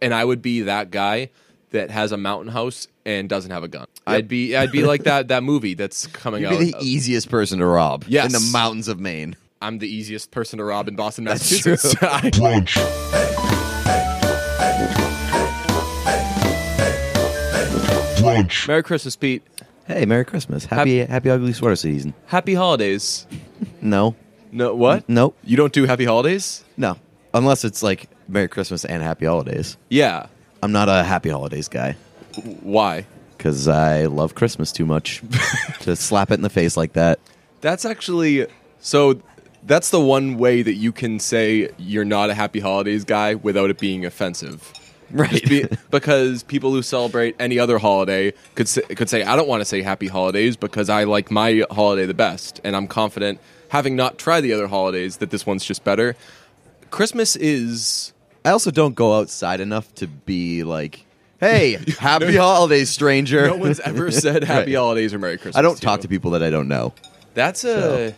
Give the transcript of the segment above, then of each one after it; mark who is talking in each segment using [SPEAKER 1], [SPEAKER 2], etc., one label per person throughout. [SPEAKER 1] and I would be that guy that has a mountain house and doesn't have a gun. I'd be I'd be like that that movie that's coming
[SPEAKER 2] You'd
[SPEAKER 1] out.
[SPEAKER 2] be the easiest person to rob
[SPEAKER 1] Oh, Yes.
[SPEAKER 2] in the mountains of Maine.
[SPEAKER 1] I'm the easiest person to rob in Boston,
[SPEAKER 2] That's true.
[SPEAKER 1] Massachusetts. I- Merry Christmas, Pete.
[SPEAKER 2] Hey, Merry Christmas. Happy Happy Ugly Sweater season.
[SPEAKER 1] Happy holidays.
[SPEAKER 2] No,
[SPEAKER 1] No, what?
[SPEAKER 2] nope,
[SPEAKER 1] You don't do happy holidays?
[SPEAKER 2] no. Unless it's like Merry Christmas and Happy Holidays.
[SPEAKER 1] Yeah.
[SPEAKER 2] I'm not a Happy Holidays guy
[SPEAKER 1] W- Why?
[SPEAKER 2] because I love Christmas too much to slap it in the face like that.
[SPEAKER 1] That's actually so. That's the one way that you can say you're not a happy holidays guy without it being offensive. Just be- because people who celebrate any other holiday could say, could say, "I don't want to say Happy Holidays because I like my holiday the best," and I'm confident, having not tried the other holidays, that this one's just better. Christmas is
[SPEAKER 2] I also don't go outside enough to be like, "Hey, Happy Holidays, stranger."
[SPEAKER 1] no one's ever said Happy
[SPEAKER 2] Right.
[SPEAKER 1] Holidays or Merry Christmas.
[SPEAKER 2] I don't talk to people that I don't know.
[SPEAKER 1] That's a.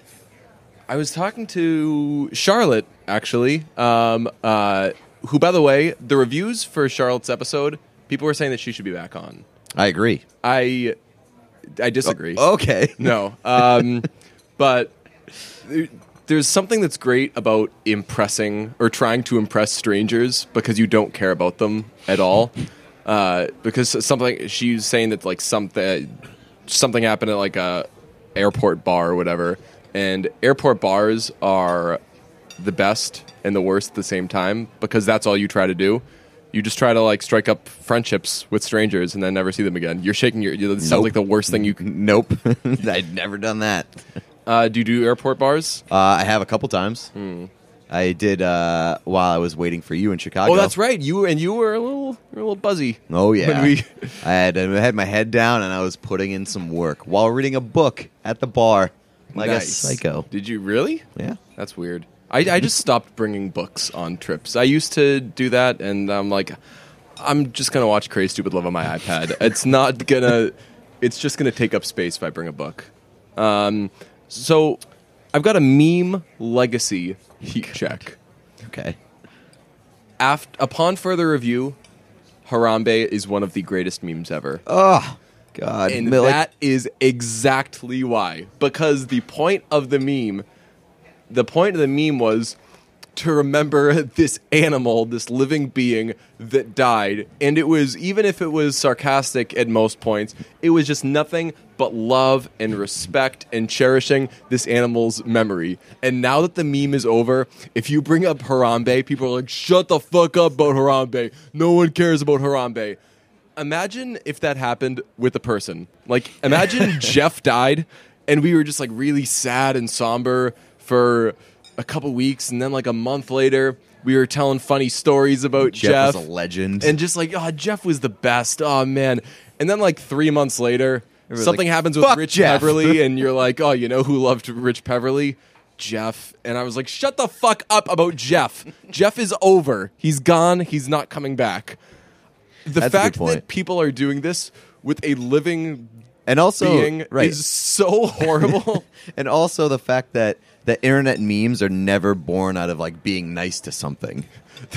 [SPEAKER 1] I was talking to Charlotte actually, um, uh, who, by the way, the reviews for Charlotte's episode, people were saying that she should be back on.
[SPEAKER 2] I agree.
[SPEAKER 1] I, I disagree.
[SPEAKER 2] Okay.
[SPEAKER 1] No, um, but there- there's something that's great about impressing or trying to impress strangers because you don't care about them at all. Uh, because something she's saying that like something something happened at like a airport bar or whatever, and airport bars are the best and the worst at the same time because that's all you try to do. You just try to like strike up friendships with strangers and then never see them again. You're shaking your. It sounds
[SPEAKER 2] Nope.
[SPEAKER 1] like the worst thing you can
[SPEAKER 2] Nope. I'd never done that.
[SPEAKER 1] uh, do you do airport bars?
[SPEAKER 2] Uh, I have a couple times. I did uh, while I was waiting for you in Chicago.
[SPEAKER 1] Hmm. Oh, that's right. You and you were a little, you were a little buzzy.
[SPEAKER 2] Oh yeah.
[SPEAKER 1] When we-
[SPEAKER 2] I had I had my head down and I was putting in some work while reading a book at the bar, like a
[SPEAKER 1] Nice.
[SPEAKER 2] psycho.
[SPEAKER 1] Did you really?
[SPEAKER 2] Yeah.
[SPEAKER 1] That's weird. I, I just stopped bringing books on trips. I used to do that, and I'm like, I'm just gonna watch Crazy Stupid Love on my iPad. It's not gonna. It's just gonna take up space if I bring a book. Um, so I've got a meme legacy heat check.
[SPEAKER 2] Okay.
[SPEAKER 1] Aft upon further review, Harambe is one of the greatest memes ever.
[SPEAKER 2] Oh God.
[SPEAKER 1] And
[SPEAKER 2] But, like,
[SPEAKER 1] that is exactly why. Because the point of the meme, the point of the meme was to remember this animal, this living being that died. And it was, even if it was sarcastic at most points, it was just nothing but love and respect and cherishing this animal's memory. And now that the meme is over, if you bring up Harambe, people are like, shut the fuck up about Harambe. No one cares about Harambe. Imagine if that happened with a person. Like, imagine Jeff died and we were just like really sad and somber for a couple weeks. And then, like, a month later, we were telling funny stories about Jeff.
[SPEAKER 2] Jeff, is a legend.
[SPEAKER 1] and just like, oh, Jeff was the best. Oh, man. And then, like, three months later,
[SPEAKER 2] Everyone's
[SPEAKER 1] something
[SPEAKER 2] like,
[SPEAKER 1] happens with
[SPEAKER 2] "Fuck
[SPEAKER 1] Rich
[SPEAKER 2] Jeff."
[SPEAKER 1] Peverly. And you're like, oh, you know who loved Rich Peverly? Jeff. And I was like, shut the fuck up about Jeff. Jeff is over. He's gone. He's not coming back the
[SPEAKER 2] That's a good
[SPEAKER 1] fact that
[SPEAKER 2] point.
[SPEAKER 1] people are doing this with a living
[SPEAKER 2] and also
[SPEAKER 1] being
[SPEAKER 2] right.
[SPEAKER 1] is so horrible.
[SPEAKER 2] and also the fact that the internet memes are never born out of like being nice to something.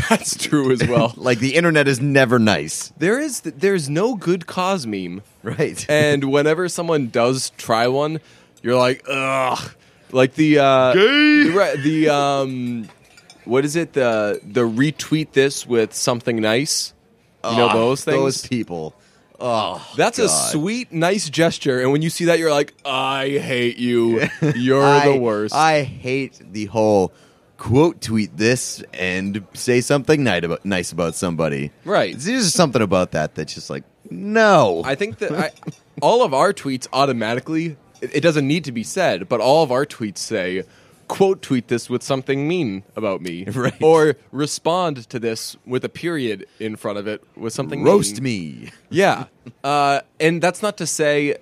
[SPEAKER 1] That's true as well.
[SPEAKER 2] Like the internet is never nice.
[SPEAKER 1] there is there is no good cause meme,
[SPEAKER 2] Right.
[SPEAKER 1] and whenever someone does try one, you're like, ugh, like the uh, right, the um, what is it the the retweet this with something nice. You know
[SPEAKER 2] Ah,
[SPEAKER 1] those things.
[SPEAKER 2] Those people. Oh,
[SPEAKER 1] That's a
[SPEAKER 2] God.
[SPEAKER 1] sweet, nice gesture, and when you see that, you're like, "I hate you. You're
[SPEAKER 2] I,
[SPEAKER 1] the worst."
[SPEAKER 2] I hate the whole quote tweet this and say something nice about, nice about somebody.
[SPEAKER 1] Right.
[SPEAKER 2] There's just something about that that's just like, no.
[SPEAKER 1] I think that I, all of our tweets automatically, it it doesn't need to be said, but all of our tweets say, quote tweet this with something mean about me.
[SPEAKER 2] Right.
[SPEAKER 1] Or respond to this with a period in front of it with something
[SPEAKER 2] Roast
[SPEAKER 1] mean.
[SPEAKER 2] me.
[SPEAKER 1] Yeah. Uh, and that's not to say,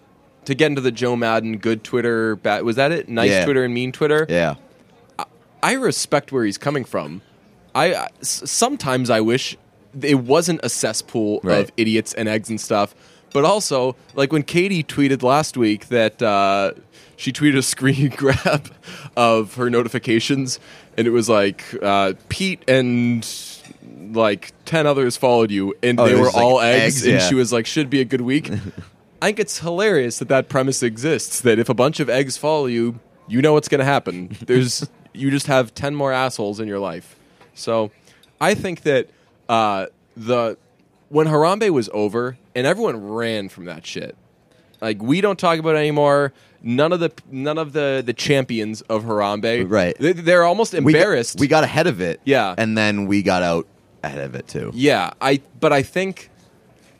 [SPEAKER 1] to get into the Joe Madden good Twitter, bad, was that it? Nice
[SPEAKER 2] Yeah.
[SPEAKER 1] Twitter and mean Twitter?
[SPEAKER 2] Yeah.
[SPEAKER 1] I respect where he's coming from. I I- s- sometimes I wish it wasn't a cesspool of
[SPEAKER 2] Right.
[SPEAKER 1] idiots and eggs and stuff. But also, like when Katie tweeted last week that uh, she tweeted a screen grab of her notifications, and it was like uh, Pete and like 10 others followed you and
[SPEAKER 2] Oh,
[SPEAKER 1] they
[SPEAKER 2] it
[SPEAKER 1] were
[SPEAKER 2] was like
[SPEAKER 1] all eggs,
[SPEAKER 2] eggs,
[SPEAKER 1] and
[SPEAKER 2] yeah.
[SPEAKER 1] she was like should be a good week i think it's hilarious that that premise exists that if a bunch of eggs follow you you know what's going to happen there's you just have 10 more assholes in your life so i think that uh, the when harambe was over and everyone ran from that shit like we don't talk about it anymore none of the none of the the champions of harambe
[SPEAKER 2] Right.
[SPEAKER 1] they, they're almost
[SPEAKER 2] We got-
[SPEAKER 1] embarrassed
[SPEAKER 2] We got, ahead of it.
[SPEAKER 1] Yeah.
[SPEAKER 2] And then we got out ahead of it too.
[SPEAKER 1] Yeah, I but I think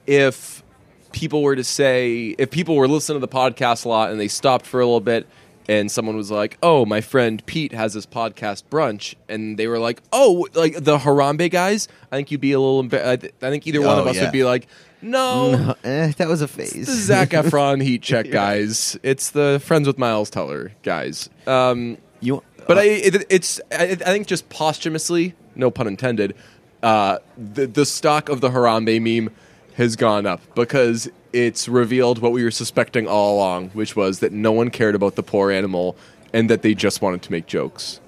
[SPEAKER 1] if people were to say if people were listening to the podcast a lot and they stopped for a little bit and someone was like, "Oh, my friend Pete has this podcast brunch," and they were like, "Oh, like the Harambe guys," I think you'd be a little. Embar- I, th- I think either one
[SPEAKER 2] Oh,
[SPEAKER 1] of us
[SPEAKER 2] yeah.
[SPEAKER 1] would be like, "No,
[SPEAKER 2] eh, that was a
[SPEAKER 1] it's
[SPEAKER 2] phase.
[SPEAKER 1] the Zac Efron heat check guys. It's the Friends with Miles Teller guys." Um,
[SPEAKER 2] you,
[SPEAKER 1] but
[SPEAKER 2] uh,
[SPEAKER 1] I, it, it's I, I think just posthumously, no pun intended, uh, the the stock of the Harambe meme has gone up because it's revealed what we were suspecting all along, which was that no one cared about the poor animal and that they just wanted to make jokes.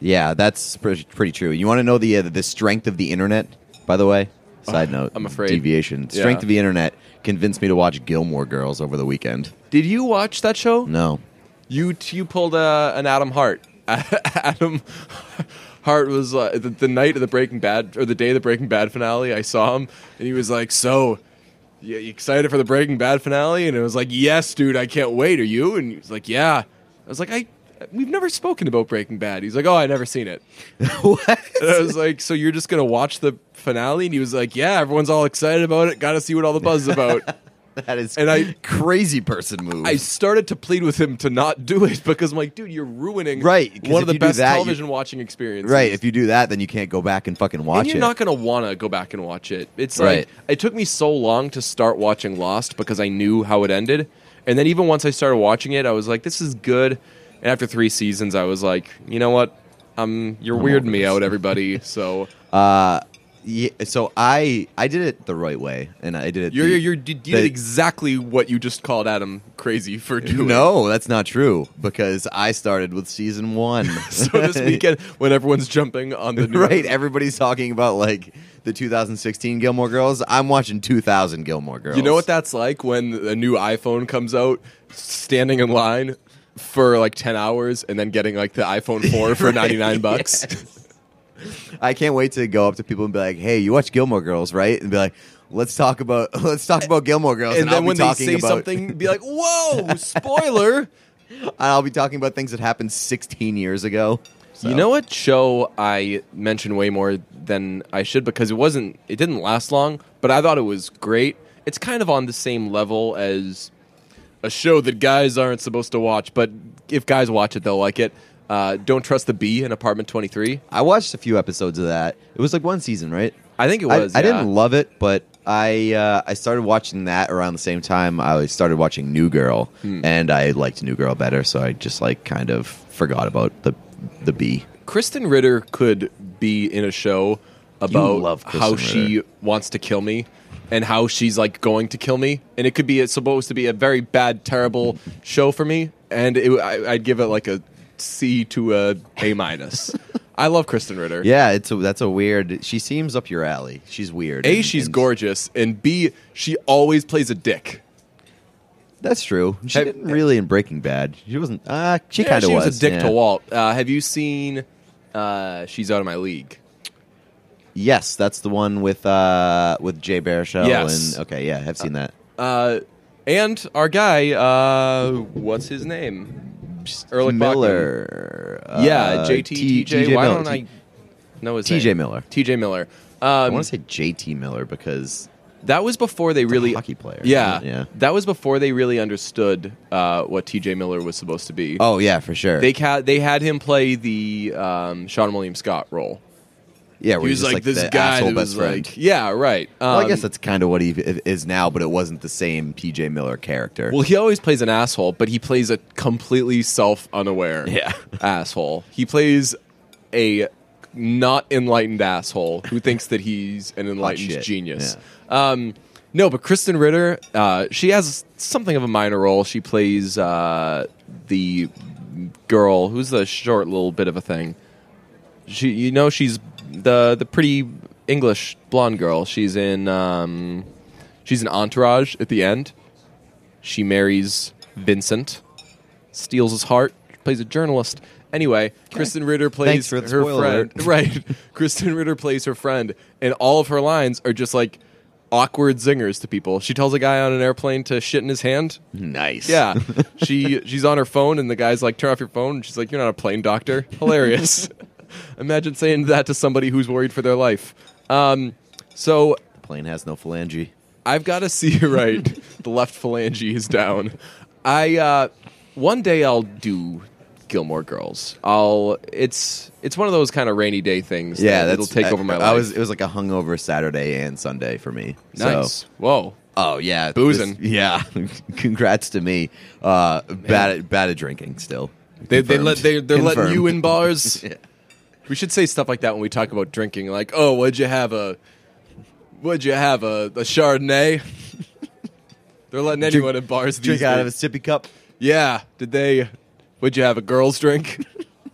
[SPEAKER 2] yeah, that's pretty, pretty true. You want to know the uh, the strength of the internet? By the way, side note.
[SPEAKER 1] I'm afraid.
[SPEAKER 2] Deviation. Strength
[SPEAKER 1] Yeah.
[SPEAKER 2] of the internet convinced me to watch Gilmore Girls over the weekend.
[SPEAKER 1] Did you watch that show?
[SPEAKER 2] No.
[SPEAKER 1] You you pulled uh, an Adam Hart. Adam Hart was uh, the, the night of the Breaking Bad or the day of the Breaking Bad finale. I saw him and he was like, "So, you, you excited for the Breaking Bad finale?" And it was like, "Yes, dude, I can't wait." Are you? And he was like, "Yeah." I was like, "I." We've never spoken about Breaking Bad. He's like, "Oh, I never seen it."
[SPEAKER 2] what?
[SPEAKER 1] And I was like, "So you're just gonna watch the finale?" And he was like, "Yeah, everyone's all excited about it. Got to see what all the buzz is about."
[SPEAKER 2] That is
[SPEAKER 1] And I-
[SPEAKER 2] crazy person move.
[SPEAKER 1] I started to plead with him to not do it because I'm like, dude, you're ruining
[SPEAKER 2] Right, 'cause
[SPEAKER 1] one
[SPEAKER 2] if
[SPEAKER 1] of the
[SPEAKER 2] you do
[SPEAKER 1] best
[SPEAKER 2] that, you-
[SPEAKER 1] television watching experiences.
[SPEAKER 2] right. If you do that, then you can't go back and fucking watch
[SPEAKER 1] and you're
[SPEAKER 2] it.
[SPEAKER 1] not gonna wanna go back and watch it. It's
[SPEAKER 2] Right.
[SPEAKER 1] like it took me so long to start watching Lost because I knew how it ended, and then even once I started watching it, I was like, this is good. And after three seasons, I was like, you know what? Um, you're weirding
[SPEAKER 2] over
[SPEAKER 1] me
[SPEAKER 2] this.
[SPEAKER 1] out, everybody. So
[SPEAKER 2] Yeah, so I I did it the right way, and I did it.
[SPEAKER 1] you're
[SPEAKER 2] the-
[SPEAKER 1] you're, you're you did
[SPEAKER 2] the-
[SPEAKER 1] exactly what you just called Adam crazy for doing.
[SPEAKER 2] no, that's not true because I started with season one.
[SPEAKER 1] So this weekend, when everyone's jumping on the new
[SPEAKER 2] right? Everybody's talking about like the 2016 Gilmore Girls. I'm watching 2000 Gilmore Girls.
[SPEAKER 1] You know what that's like when a new iPhone comes out, standing in line for like 10 hours and then getting like the iPhone 4 for 99 bucks.
[SPEAKER 2] I can't wait to go up to people and be like, "Hey, you watch Gilmore Girls, right?" And be like, "Let's talk about let's talk about Gilmore Girls."
[SPEAKER 1] And,
[SPEAKER 2] And, I'll
[SPEAKER 1] then
[SPEAKER 2] be
[SPEAKER 1] when they
[SPEAKER 2] talking
[SPEAKER 1] say
[SPEAKER 2] about,
[SPEAKER 1] something, be like, whoa, spoiler.
[SPEAKER 2] I'll be talking about things that happened 16 years ago. So-
[SPEAKER 1] You know what show I mentioned way more than I should because it wasn't it didn't last long, but I thought it was great. It's kind of on the same level as a show that guys aren't supposed to watch, but if guys watch it, they'll like it. Uh, Don't trust the bee in Apartment Twenty Three.
[SPEAKER 2] I watched a few episodes of that. It was like one season, right?
[SPEAKER 1] I think it
[SPEAKER 2] I-
[SPEAKER 1] was.
[SPEAKER 2] I,
[SPEAKER 1] yeah.
[SPEAKER 2] didn't love it, but I uh, I started watching that around the same time I started watching New Girl,
[SPEAKER 1] Hmm.
[SPEAKER 2] and I liked New Girl better, so I just like kind of forgot about the the bee.
[SPEAKER 1] Kristen Ritter could be in a show about
[SPEAKER 2] love Kristen
[SPEAKER 1] how she wants to kill me and how she's like going to kill me, and it could be it's supposed to be a very bad, terrible show for me, and it, I, I'd give it like a C to a A minus. I love Kristen Ritter.
[SPEAKER 2] Yeah, it's a, that's a weird. She seems up your alley. She's weird.
[SPEAKER 1] A,
[SPEAKER 2] and-
[SPEAKER 1] she's
[SPEAKER 2] and-
[SPEAKER 1] gorgeous, and B, she always plays a dick.
[SPEAKER 2] That's true. She
[SPEAKER 1] Have-
[SPEAKER 2] didn't really in Breaking Bad. She wasn't. Uh, she
[SPEAKER 1] Yeah,
[SPEAKER 2] kind of
[SPEAKER 1] she was, a dick
[SPEAKER 2] yeah.
[SPEAKER 1] to Walt. Uh, have you seen? Uh, she's out of my league.
[SPEAKER 2] Yes, that's the one with uh with Jay Baruchel.
[SPEAKER 1] Yes.
[SPEAKER 2] And, okay, yeah, I've seen that.
[SPEAKER 1] Uh, and our guy, uh, what's his name? Ehrlich Bachman.
[SPEAKER 2] Miller. uh,
[SPEAKER 1] yeah, JT,
[SPEAKER 2] T-
[SPEAKER 1] TJ.
[SPEAKER 2] TJ
[SPEAKER 1] Why
[SPEAKER 2] Miller.
[SPEAKER 1] don't I know his
[SPEAKER 2] TJ
[SPEAKER 1] name?
[SPEAKER 2] Miller.
[SPEAKER 1] TJ Miller.
[SPEAKER 2] I
[SPEAKER 1] Um,
[SPEAKER 2] want to say JT Miller because
[SPEAKER 1] that was before they really
[SPEAKER 2] hockey player,
[SPEAKER 1] Yeah,
[SPEAKER 2] isn't it? Yeah.
[SPEAKER 1] That was before they really understood uh, what TJ Miller was supposed to be.
[SPEAKER 2] oh yeah, for sure.
[SPEAKER 1] They ca- they had him play the um, Sean William Scott role.
[SPEAKER 2] yeah,
[SPEAKER 1] He was like, this
[SPEAKER 2] the
[SPEAKER 1] guy
[SPEAKER 2] asshole
[SPEAKER 1] that was
[SPEAKER 2] best friend.
[SPEAKER 1] like, yeah, right. Um,
[SPEAKER 2] well, I guess that's kind of what he i- is now, but it wasn't the same TJ Miller character.
[SPEAKER 1] Well, he always plays an asshole, but he plays a completely self-unaware
[SPEAKER 2] Yeah.
[SPEAKER 1] asshole. He plays a not enlightened asshole who thinks that he's an enlightened
[SPEAKER 2] shit.
[SPEAKER 1] genius. Um, no, but Kristen Ritter, uh, she has something of a minor role. She plays uh, the girl who's the short little bit of a thing. She, you know, she's the the pretty English blonde girl. She's in um, she's in Entourage at the end. She marries Vincent, steals his heart, plays a journalist. Anyway, Kristen Ritter plays
[SPEAKER 2] Thanks for the
[SPEAKER 1] her
[SPEAKER 2] spoiler
[SPEAKER 1] friend.
[SPEAKER 2] alert.
[SPEAKER 1] Right, Kristen Ritter plays her friend, and all of her lines are just like awkward zingers to people. She tells a guy on an airplane to shit in his hand.
[SPEAKER 2] Nice.
[SPEAKER 1] Yeah, she she's on her phone, and the guy's like, "Turn off your phone." And she's like, "You're not a plane doctor." Hilarious. Imagine saying that to somebody who's worried for their life. Um, so
[SPEAKER 2] Plane has no phalange.
[SPEAKER 1] I've got to see right. the left phalange is down. I uh, one day I'll do Gilmore Girls. I'll it's it's one of those kind of rainy day things.
[SPEAKER 2] Yeah,
[SPEAKER 1] that
[SPEAKER 2] that's,
[SPEAKER 1] it'll take
[SPEAKER 2] I-
[SPEAKER 1] over my
[SPEAKER 2] I
[SPEAKER 1] life.
[SPEAKER 2] was it was like a hungover Saturday and Sunday for me. So-
[SPEAKER 1] nice. Whoa.
[SPEAKER 2] Oh yeah,
[SPEAKER 1] Boozing.
[SPEAKER 2] This- yeah, congrats to me. Uh, bad at bad at drinking still.
[SPEAKER 1] They, they
[SPEAKER 2] Confirmed.
[SPEAKER 1] let they, they're letting you in
[SPEAKER 2] Confirmed.
[SPEAKER 1] bars.
[SPEAKER 2] Yeah.
[SPEAKER 1] We should say stuff like that when we talk about drinking. Like, oh, would you have a, would you have a, a Chardonnay? They're letting anyone in bars these
[SPEAKER 2] Drink out of a
[SPEAKER 1] days.
[SPEAKER 2] sippy cup.
[SPEAKER 1] Yeah. Did they? Would you have a girls' drink?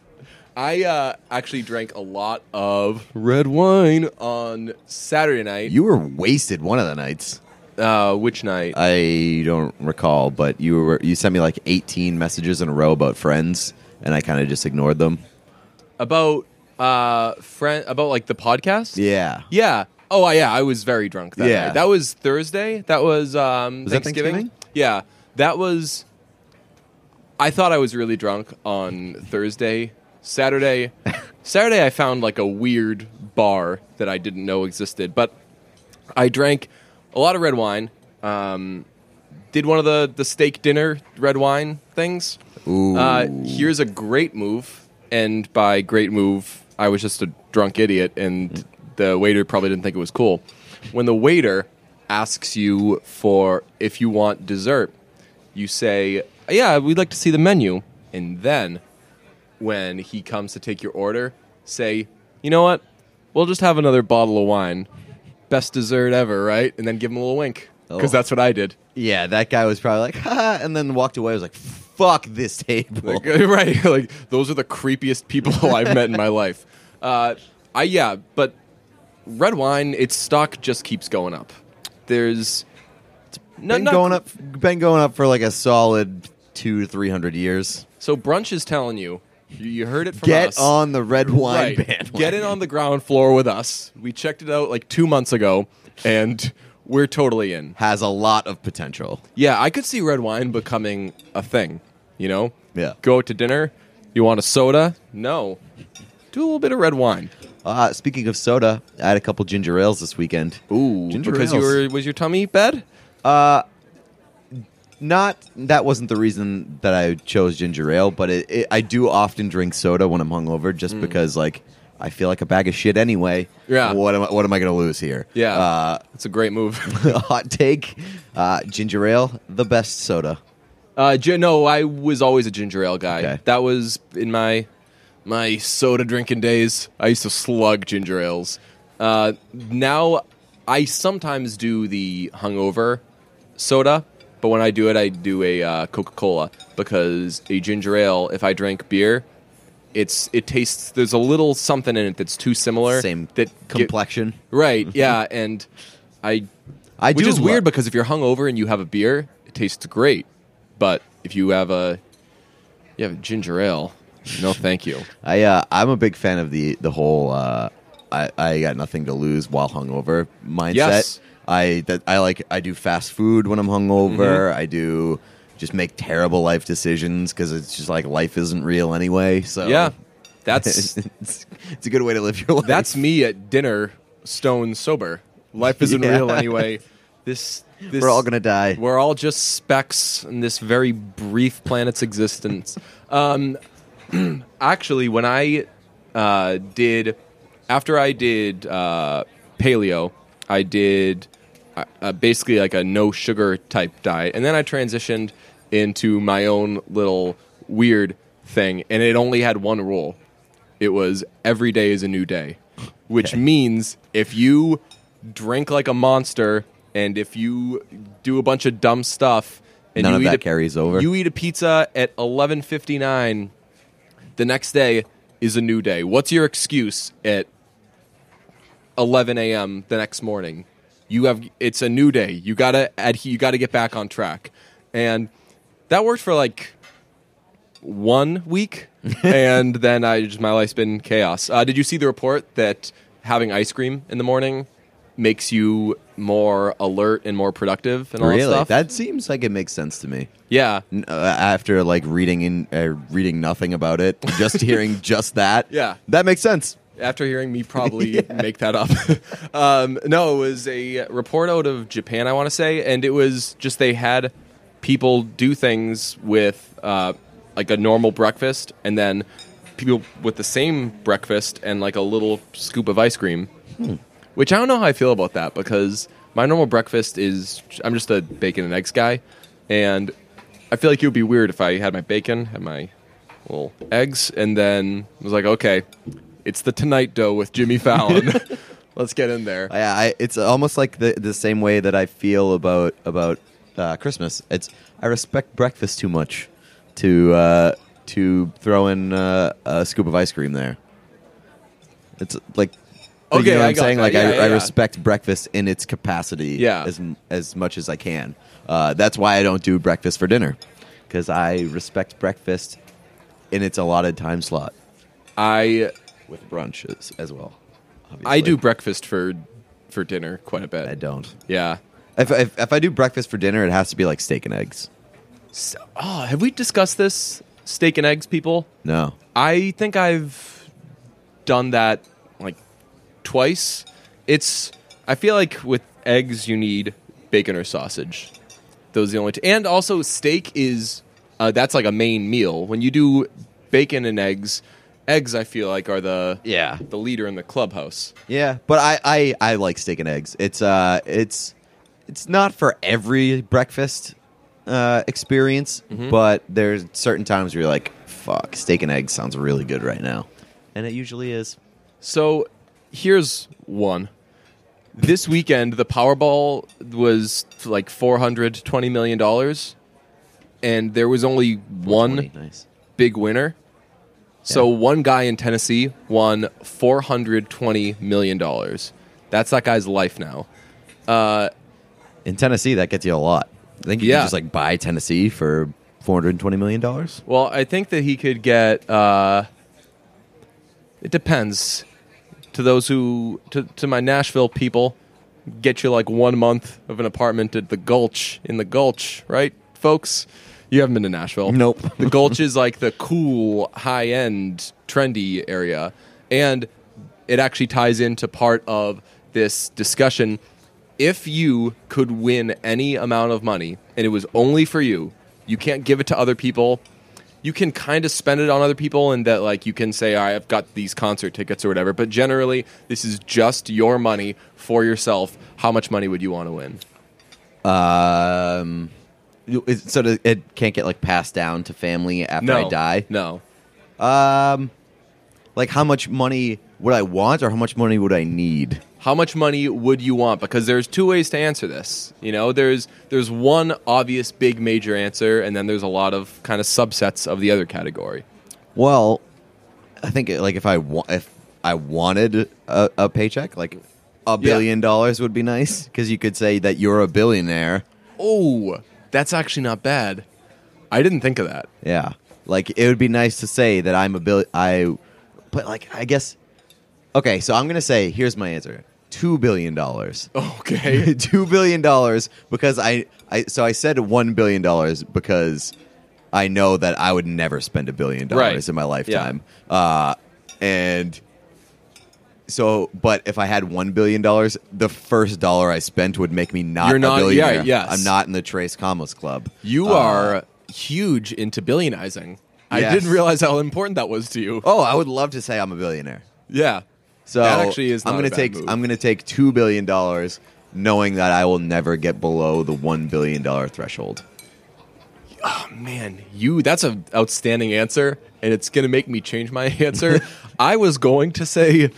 [SPEAKER 1] I uh, actually drank a lot of red wine on Saturday night.
[SPEAKER 2] You were wasted one of the nights.
[SPEAKER 1] uh, which night?
[SPEAKER 2] I don't recall, but you were you sent me like 18 messages in a row about friends, and I kind of just ignored them.
[SPEAKER 1] about uh, friend about like the podcast.
[SPEAKER 2] Yeah.
[SPEAKER 1] Yeah. Oh, yeah. I was very drunk that
[SPEAKER 2] Yeah.
[SPEAKER 1] night. That was Thursday. That was, um,
[SPEAKER 2] Was that
[SPEAKER 1] Thanksgiving.
[SPEAKER 2] Thanksgiving?
[SPEAKER 1] Yeah. That was. I thought I was really drunk on Thursday. Saturday, Saturday, I found like a weird bar that I didn't know existed, but I drank a lot of red wine. Um, did one of the the steak dinner red wine things.
[SPEAKER 2] Ooh.
[SPEAKER 1] Uh, here's a great move, and by great move, I was just a drunk idiot, and the waiter probably didn't think it was cool. When the waiter asks you for if you want dessert, you say, "Yeah, we'd like to see the menu," and then when he comes to take your order, say, "You know what? We'll just have another bottle of wine. Best dessert ever, right?" And then give him a little wink because
[SPEAKER 2] Oh.
[SPEAKER 1] that's what I did.
[SPEAKER 2] Yeah, that guy was probably like, ha, and then walked away. I was like, fuck this table.
[SPEAKER 1] Like, uh, right. Like those are the creepiest people I've met in my life. Uh, I yeah, but red wine, its stock just keeps going up. There's no,
[SPEAKER 2] been going up, been going up for like a solid two to three hundred years.
[SPEAKER 1] So brunch is telling you. You, you heard it from
[SPEAKER 2] Get
[SPEAKER 1] us.
[SPEAKER 2] on the red wine
[SPEAKER 1] Right.
[SPEAKER 2] bandwagon.
[SPEAKER 1] Get in on the ground floor with us. We checked it out like two months ago, and we're totally in.
[SPEAKER 2] Has a lot of potential.
[SPEAKER 1] Yeah, I could see red wine becoming a thing. You know?
[SPEAKER 2] Yeah.
[SPEAKER 1] Go out to dinner. You want a soda? No. Do a little bit of red wine.
[SPEAKER 2] Uh, speaking of soda, I had a couple ginger ales this weekend.
[SPEAKER 1] Ooh,
[SPEAKER 2] Ginger
[SPEAKER 1] because
[SPEAKER 2] ales.
[SPEAKER 1] you were was your tummy bad?
[SPEAKER 2] Not that wasn't the reason that I chose ginger ale, but it, it, I do often drink soda when I'm hungover, just because like I feel like a bag of shit anyway.
[SPEAKER 1] Mm. Yeah.
[SPEAKER 2] What am I, what am I going to lose here?
[SPEAKER 1] Yeah,
[SPEAKER 2] Uh,
[SPEAKER 1] it's a great move.
[SPEAKER 2] hot take: uh, ginger ale, the best soda.
[SPEAKER 1] Uh, gi- no, I was always a ginger ale guy.
[SPEAKER 2] Okay.
[SPEAKER 1] That was in my my soda drinking days. I used to slug ginger ales. Uh, now I sometimes do the hungover soda, but when I do it, I do a uh, Coca Cola because a ginger ale. If I drink beer, it's it tastes. There's a little something in it that's too similar.
[SPEAKER 2] Same
[SPEAKER 1] that get-
[SPEAKER 2] complexion.
[SPEAKER 1] Right. Yeah, and I
[SPEAKER 2] I
[SPEAKER 1] which
[SPEAKER 2] do
[SPEAKER 1] is
[SPEAKER 2] lo-
[SPEAKER 1] weird because if you're hungover and you have a beer, it tastes great. But if you have a you have a ginger ale, no thank you.
[SPEAKER 2] I uh, I'm a big fan of the the whole uh, I I got nothing to lose while hungover mindset.
[SPEAKER 1] Yes.
[SPEAKER 2] I that I like I do fast food when I'm hungover.
[SPEAKER 1] Mm-hmm.
[SPEAKER 2] I do just make terrible life decisions because it's just like life isn't real anyway. So
[SPEAKER 1] Yeah.
[SPEAKER 2] it's,
[SPEAKER 1] Um, That's
[SPEAKER 2] it's a good way to live your life.
[SPEAKER 1] that's me at dinner stone sober. Life isn't
[SPEAKER 2] Yeah.
[SPEAKER 1] real anyway. This, this
[SPEAKER 2] we're all gonna die.
[SPEAKER 1] We're all just specks in this very brief planet's existence. Um, actually, when I uh, did, after I did uh, paleo, I did uh, uh, basically like a no sugar type diet. And then I transitioned into my own little weird thing. And it only had one rule it was every day is a new day, which
[SPEAKER 2] Okay.
[SPEAKER 1] means if you drink like a monster and if you do a bunch of dumb stuff and
[SPEAKER 2] None
[SPEAKER 1] you
[SPEAKER 2] of
[SPEAKER 1] eat
[SPEAKER 2] that
[SPEAKER 1] a-
[SPEAKER 2] carries over.
[SPEAKER 1] You eat a pizza at 11:59 the next day is a new day. What's your excuse at 11 a.m. the next morning? You have it's a new day. You gotta adhe- you gotta get back on track, and that worked for like one week, and then I just my life's been chaos. Uh, did you see the report that having ice cream in the morning makes you more alert and more productive and all that
[SPEAKER 2] Really?
[SPEAKER 1] stuff?
[SPEAKER 2] That seems like it makes sense to me.
[SPEAKER 1] yeah,
[SPEAKER 2] N- uh, after like reading in uh, reading nothing about it, just hearing just that.
[SPEAKER 1] Yeah.
[SPEAKER 2] That makes sense.
[SPEAKER 1] after hearing me probably make that up. um, no, it was a report out of Japan, I want to say, and it was just they had people do things with uh, like a normal breakfast, and then people with the same breakfast and like a little scoop of ice cream. Which I don't know how I feel about that because my normal breakfast is I'm just a bacon and eggs guy, and I feel like it would be weird if I had my bacon, had my little eggs, and then was like, okay, it's the Tonight Dough with Jimmy Fallon. Let's get in there.
[SPEAKER 2] I, I it's almost like the the same way that I feel about about uh, Christmas. It's I respect breakfast too much to uh, to throw in uh, a scoop of ice cream there. It's like you
[SPEAKER 1] Okay,
[SPEAKER 2] know what
[SPEAKER 1] I
[SPEAKER 2] I'm
[SPEAKER 1] got
[SPEAKER 2] saying
[SPEAKER 1] that.
[SPEAKER 2] like I,
[SPEAKER 1] Yeah, yeah,
[SPEAKER 2] I
[SPEAKER 1] yeah.
[SPEAKER 2] respect breakfast in its capacity
[SPEAKER 1] Yeah.
[SPEAKER 2] as as much as I can. Uh, that's why I don't do breakfast for dinner because I respect breakfast in its allotted time slot
[SPEAKER 1] I
[SPEAKER 2] with brunch as, as well. Obviously.
[SPEAKER 1] I do breakfast for for dinner quite a bit.
[SPEAKER 2] I don't.
[SPEAKER 1] Yeah.
[SPEAKER 2] If, if, if I do breakfast for dinner, it has to be like steak and eggs.
[SPEAKER 1] So, oh, have we discussed this steak and eggs, people?
[SPEAKER 2] No.
[SPEAKER 1] I think I've done that like twice. It's I feel like with eggs you need bacon or sausage. Those are the only two. And also steak is uh, that's like a main meal. When you do bacon and eggs, eggs I feel like are the
[SPEAKER 2] Yeah.
[SPEAKER 1] the leader in the clubhouse.
[SPEAKER 2] Yeah, but I, I, I like steak and eggs. It's uh it's it's not for every breakfast uh, experience, but there's certain times where you're like, fuck, steak and eggs sounds really good right now. And it usually is.
[SPEAKER 1] So here's one. This weekend, the Powerball was like four hundred twenty million dollars, and there was only one
[SPEAKER 2] nice.
[SPEAKER 1] big winner. So one guy in Tennessee won four hundred twenty million dollars. That's that guy's life now.
[SPEAKER 2] In Tennessee that gets you a lot. I think you
[SPEAKER 1] Yeah.
[SPEAKER 2] can just like buy Tennessee for four hundred and twenty million dollars.
[SPEAKER 1] Well, I think that he could get. Uh, it depends. To those who, to, to my Nashville people, get you like one month of an apartment at the Gulch in the Gulch, right, folks? You haven't been to Nashville.
[SPEAKER 2] Nope.
[SPEAKER 1] the Gulch is like the cool, high end, trendy area, and it actually ties into part of this discussion. If you could win any amount of money and it was only for you, you can't give it to other people you can kind of spend it on other people and that like you can say "All right, i've got these concert tickets or whatever but generally this is just your money for yourself how much money would you want to win
[SPEAKER 2] Um you- it- so does- it can't get like passed down to family after I die.
[SPEAKER 1] no
[SPEAKER 2] Um, like how much money would I want, or how much money would I need?
[SPEAKER 1] how much money would you want because there's two ways to answer this you know there's there's one obvious big major answer and then there's a lot of kind of subsets of the other category
[SPEAKER 2] Well, I think like if I wa- if I wanted a, a paycheck, like a billion dollars would be nice because you could say that you're a billionaire.
[SPEAKER 1] oh that's actually not bad i didn't think of that
[SPEAKER 2] Yeah, like it would be nice to say that I'm a bill. I, but like I guess. Okay, so I'm gonna say here's my answer: two billion dollars.
[SPEAKER 1] okay
[SPEAKER 2] two billion dollars because I, I so I said one billion dollars because I know that I would never spend a billion dollars
[SPEAKER 1] Right.
[SPEAKER 2] in my lifetime. Uh, and so, but if I had one billion dollars, the first dollar I spent would make me not
[SPEAKER 1] You're
[SPEAKER 2] a
[SPEAKER 1] not- yeah,
[SPEAKER 2] billionaire.
[SPEAKER 1] yes.
[SPEAKER 2] I'm not in the Trace Commas Club.
[SPEAKER 1] You
[SPEAKER 2] Uh,
[SPEAKER 1] are huge into billionizing. I
[SPEAKER 2] Yes.
[SPEAKER 1] didn't realize how important that was to you.
[SPEAKER 2] Oh, I would love to say I'm a billionaire.
[SPEAKER 1] Yeah.
[SPEAKER 2] So
[SPEAKER 1] that actually is. Not
[SPEAKER 2] I'm gonna
[SPEAKER 1] a bad
[SPEAKER 2] take.
[SPEAKER 1] move.
[SPEAKER 2] I'm gonna take two billion dollars, knowing that I will never get below the one billion dollar threshold.
[SPEAKER 1] man, you. That's an outstanding answer, and it's gonna make me change my answer. I was going to say,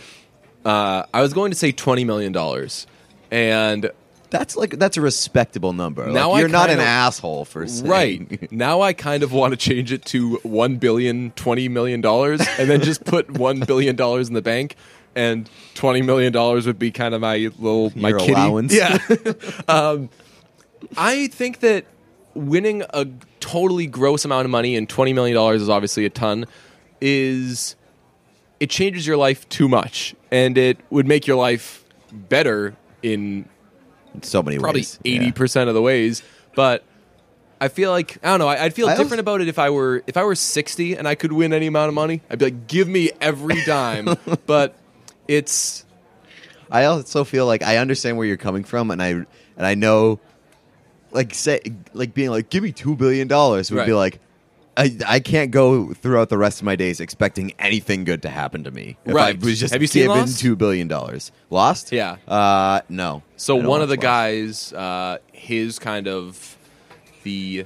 [SPEAKER 1] uh, I was going to say twenty million dollars, and
[SPEAKER 2] That's like that's a respectable number. Like,
[SPEAKER 1] Now I
[SPEAKER 2] you're not an
[SPEAKER 1] kinda-
[SPEAKER 2] asshole for saying.
[SPEAKER 1] Right. Now I kind of want to change it to one billion, twenty million dollars, and then just put one billion dollars in the bank and twenty million dollars would be kind of my little my
[SPEAKER 2] Your
[SPEAKER 1] kitty.
[SPEAKER 2] allowance.
[SPEAKER 1] Yeah. um, I think that winning a totally gross amount of money and twenty million dollars is obviously a ton, is it changes your life too much. And it would make your life better in
[SPEAKER 2] so many
[SPEAKER 1] probably
[SPEAKER 2] ways.
[SPEAKER 1] eighty percent of the ways. But I feel like I don't know. I, I'd feel
[SPEAKER 2] I also-
[SPEAKER 1] different about it if I were if I were sixty and I could win any amount of money. I'd be like, give me every dime. but it's
[SPEAKER 2] I also feel like I understand where you're coming from, and I and I know, like say, like being like, give me two billion dollars would be
[SPEAKER 1] Right.
[SPEAKER 2] like, I I can't go throughout the rest of my days expecting anything good to happen to me. If
[SPEAKER 1] Right.
[SPEAKER 2] I was just
[SPEAKER 1] Have you seen
[SPEAKER 2] given
[SPEAKER 1] Lost?
[SPEAKER 2] two billion dollars. Lost?
[SPEAKER 1] Yeah.
[SPEAKER 2] Uh, no.
[SPEAKER 1] so
[SPEAKER 2] I don't
[SPEAKER 1] one of the
[SPEAKER 2] watch Lost.
[SPEAKER 1] guys, uh, his kind of the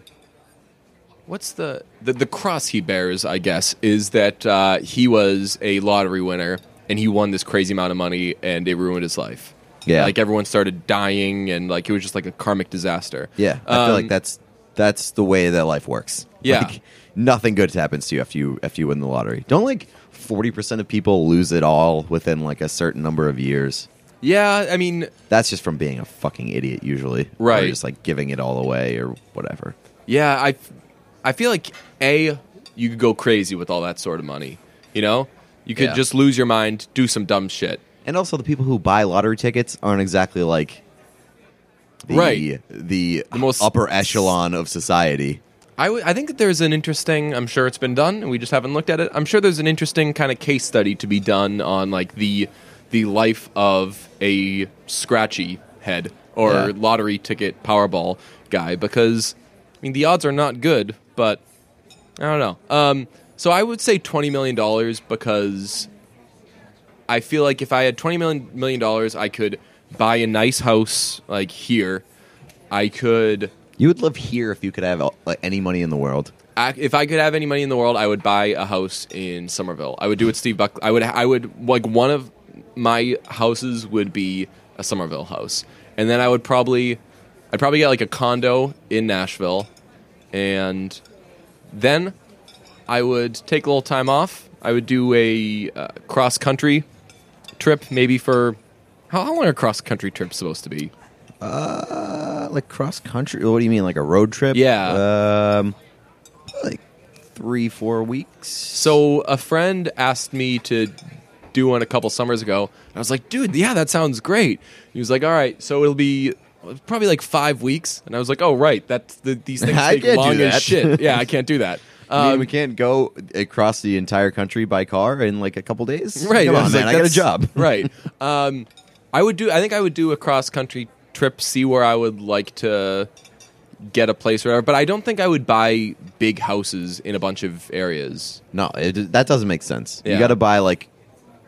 [SPEAKER 1] what's the, the the cross he bears, I guess, is that uh, he was a lottery winner and he won this crazy amount of money and it ruined his life.
[SPEAKER 2] Yeah.
[SPEAKER 1] like everyone started dying and like it was just like a karmic disaster.
[SPEAKER 2] Yeah, I feel like
[SPEAKER 1] Um,
[SPEAKER 2] that's that's the way that life works.
[SPEAKER 1] Yeah.
[SPEAKER 2] Like, nothing good happens to you after you after you win the lottery. Don't like forty percent of people lose it all within like a certain number of years.
[SPEAKER 1] Yeah, I mean,
[SPEAKER 2] That's just from being a fucking idiot, usually. Or
[SPEAKER 1] Right.
[SPEAKER 2] just like giving it all away or whatever.
[SPEAKER 1] yeah, I, I feel like a you could go crazy with all that sort of money. You know, you could
[SPEAKER 2] Yeah.
[SPEAKER 1] just lose your mind, do some dumb shit.
[SPEAKER 2] And also, the people who buy lottery tickets aren't exactly like the
[SPEAKER 1] Right.
[SPEAKER 2] the,
[SPEAKER 1] most-
[SPEAKER 2] upper echelon of society.
[SPEAKER 1] I, w- I think that there's an interesting. I'm sure it's been done, and we just haven't looked at it. I'm sure there's an interesting kind of case study to be done on like the the life of a scratchy head or
[SPEAKER 2] Yeah.
[SPEAKER 1] lottery ticket Powerball guy because I mean the odds are not good, but I don't know. Um, so I would say twenty million dollars because I feel like if I had twenty million million dollars, I could buy a nice house like here. I could.
[SPEAKER 2] You would live here if you could have like, any money in the world.
[SPEAKER 1] I, if I could have any money in the world, I would buy a house in Somerville. I would do what Steve Buck. I would. I would like one of my houses would be a Somerville house, and then I would probably, I'd probably get like a condo in Nashville, and then I would take a little time off. I would do a uh, cross country trip, maybe for how, how long are cross country trips supposed to be?
[SPEAKER 2] Uh, like cross country. What do you mean, like a road trip?
[SPEAKER 1] Yeah.
[SPEAKER 2] Um, like three, four weeks.
[SPEAKER 1] So a friend asked me to do one a couple summers ago. I was like, dude, yeah, that sounds great. He was like, all right, so it'll be probably like five weeks. And I was like, oh, right, that's the, these things
[SPEAKER 2] I
[SPEAKER 1] take
[SPEAKER 2] can't do
[SPEAKER 1] long as
[SPEAKER 2] that.
[SPEAKER 1] shit. Yeah, I can't do that.
[SPEAKER 2] I mean,
[SPEAKER 1] Um,
[SPEAKER 2] we can't go across the entire country by car in like a couple days.
[SPEAKER 1] Right.
[SPEAKER 2] Come
[SPEAKER 1] I
[SPEAKER 2] on,
[SPEAKER 1] was
[SPEAKER 2] man.
[SPEAKER 1] like,
[SPEAKER 2] I got a
[SPEAKER 1] that's-
[SPEAKER 2] job.
[SPEAKER 1] right. Um, I would do. I think I would do a cross country trip, see where I would like to get a place or whatever. But I don't think I would buy big houses in a bunch of areas.
[SPEAKER 2] No, it, that doesn't make sense. You
[SPEAKER 1] Yeah.
[SPEAKER 2] got to buy like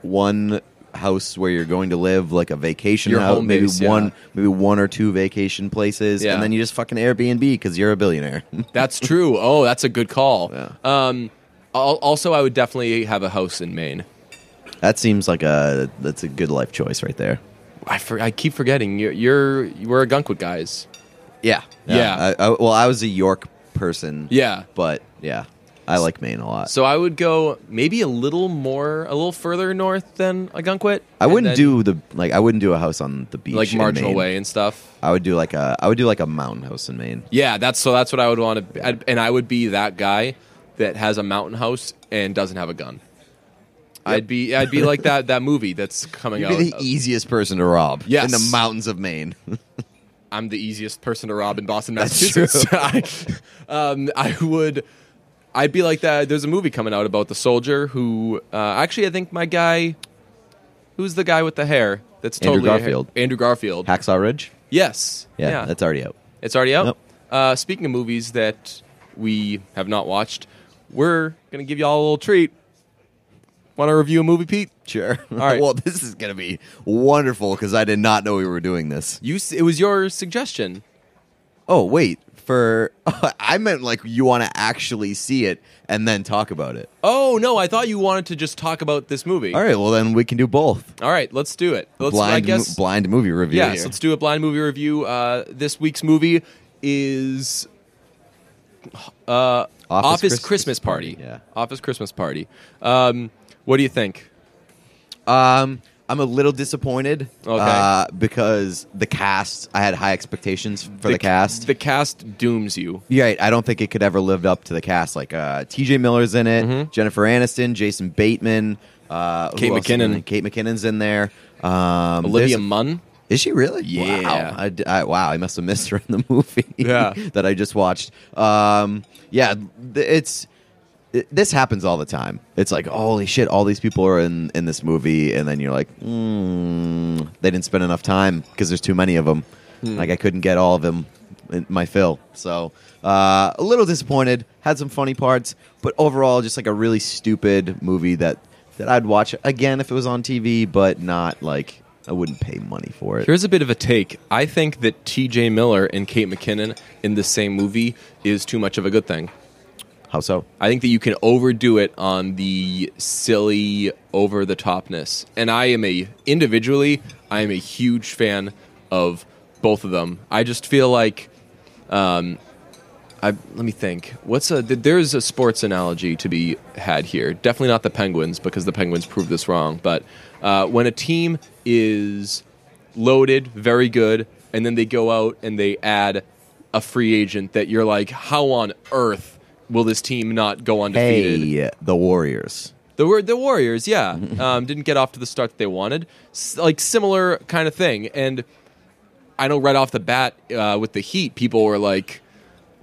[SPEAKER 2] one house where you're going to live, like a vacation
[SPEAKER 1] Your
[SPEAKER 2] house,
[SPEAKER 1] home
[SPEAKER 2] maybe
[SPEAKER 1] base, yeah.
[SPEAKER 2] one, maybe one or two vacation places,
[SPEAKER 1] Yeah.
[SPEAKER 2] and then you just fucking Airbnb because you're a billionaire.
[SPEAKER 1] That's true. Oh, that's a good call.
[SPEAKER 2] Yeah.
[SPEAKER 1] Um, al- also, I would definitely have a house in Maine.
[SPEAKER 2] that seems like a that's a good life choice right there.
[SPEAKER 1] I, for, I keep forgetting you're, you're you were a Gunkwood guys.
[SPEAKER 2] Yeah,
[SPEAKER 1] Yeah.
[SPEAKER 2] I, I, well, I was a York person.
[SPEAKER 1] Yeah.
[SPEAKER 2] but yeah, I like Maine a lot.
[SPEAKER 1] So I would go maybe a little more, a little further north than a Gunkwit.
[SPEAKER 2] I
[SPEAKER 1] and
[SPEAKER 2] wouldn't
[SPEAKER 1] then,
[SPEAKER 2] do the like. I wouldn't do a house on the beach,
[SPEAKER 1] like
[SPEAKER 2] in
[SPEAKER 1] marginal
[SPEAKER 2] Maine.
[SPEAKER 1] way and stuff.
[SPEAKER 2] I would do like a. I would do like a mountain house in Maine.
[SPEAKER 1] Yeah, that's so. That's what I would want to, I'd, and I would be that guy that has a mountain house and doesn't have a gun. I'd be I'd be like that that movie that's coming
[SPEAKER 2] You'd
[SPEAKER 1] out.
[SPEAKER 2] be the easiest person to rob in
[SPEAKER 1] Yes.
[SPEAKER 2] the mountains of Maine.
[SPEAKER 1] I'm the easiest person to rob in Boston,
[SPEAKER 2] That's true.
[SPEAKER 1] Massachusetts. I, um, I would, I'd be like that. There's a movie coming out about the soldier who, uh, actually, I think my guy, who's the guy with the hair? That's
[SPEAKER 2] Andrew
[SPEAKER 1] totally a hair-
[SPEAKER 2] Garfield.
[SPEAKER 1] Andrew Garfield.
[SPEAKER 2] Hacksaw Ridge.
[SPEAKER 1] yes.
[SPEAKER 2] Yeah, that's already out.
[SPEAKER 1] it's already out.
[SPEAKER 2] Nope.
[SPEAKER 1] Uh, speaking of movies that we have not watched, we're gonna give y'all a little treat. Want to review a movie, Pete?
[SPEAKER 2] Sure. All
[SPEAKER 1] right.
[SPEAKER 2] well, this is gonna be wonderful because I did not know we were doing this.
[SPEAKER 1] You, s- it was your suggestion.
[SPEAKER 2] oh wait, for I meant like you want to actually see it and then talk about it.
[SPEAKER 1] Oh no, I thought you wanted to just talk about this movie.
[SPEAKER 2] All right, well then we can do both.
[SPEAKER 1] All right, let's do it. Let's,
[SPEAKER 2] blind,
[SPEAKER 1] I guess,
[SPEAKER 2] mo- blind movie review.
[SPEAKER 1] yes,
[SPEAKER 2] here.
[SPEAKER 1] let's do a blind movie review. Uh, this week's movie is uh, Office, Christmas, Party.
[SPEAKER 2] Yeah.
[SPEAKER 1] Office Christmas Party. Um, what do you think?
[SPEAKER 2] Um, I'm a little disappointed.
[SPEAKER 1] Okay.
[SPEAKER 2] Uh, because the cast, I had high expectations for the, cast.
[SPEAKER 1] The cast dooms you.
[SPEAKER 2] You're right. I don't think it could ever live up to the cast. Like uh, T.J. Miller's in it, Jennifer Aniston, Jason Bateman, uh, who
[SPEAKER 1] Mm-hmm. Kate
[SPEAKER 2] else is in
[SPEAKER 1] McKinnon.
[SPEAKER 2] it? Kate McKinnon's in there. Um,
[SPEAKER 1] Olivia
[SPEAKER 2] there's-
[SPEAKER 1] Munn.
[SPEAKER 2] is she really?
[SPEAKER 1] Yeah.
[SPEAKER 2] Wow. I, d- I- wow. I must have missed her in the movie.
[SPEAKER 1] Yeah.
[SPEAKER 2] that I just watched. Um, yeah. th- It's it, this happens all the time. It's like holy shit, all these people are in in this movie, and then you're like, mm, they didn't spend enough time because there's too many of them.
[SPEAKER 1] Hmm.
[SPEAKER 2] Like I couldn't get all of them in my fill. So uh, a little disappointed. Had some funny parts, but overall, just like a really stupid movie that that I'd watch again if it was on TV, but not like. I wouldn't pay money for it.
[SPEAKER 1] Here's a bit of a take. I think that T.J. Miller and Kate McKinnon in the same movie is too much of a good thing.
[SPEAKER 2] How so?
[SPEAKER 1] I think that you can overdo it on the silly over the topness. And I am a individually, I am a huge fan of both of them. I just feel like um I let me think. What's a th- there's a sports analogy to be had here. Definitely not the Penguins because the Penguins proved this wrong, but uh, when a team is loaded, very good, and then they go out and they add a free agent that you're like, how on earth will this team not go undefeated?
[SPEAKER 2] Hey, the Warriors.
[SPEAKER 1] The were the Warriors, yeah, um, didn't get off to the start that they wanted, S- like similar kind of thing. And I know right off the bat uh, with the Heat, people were like,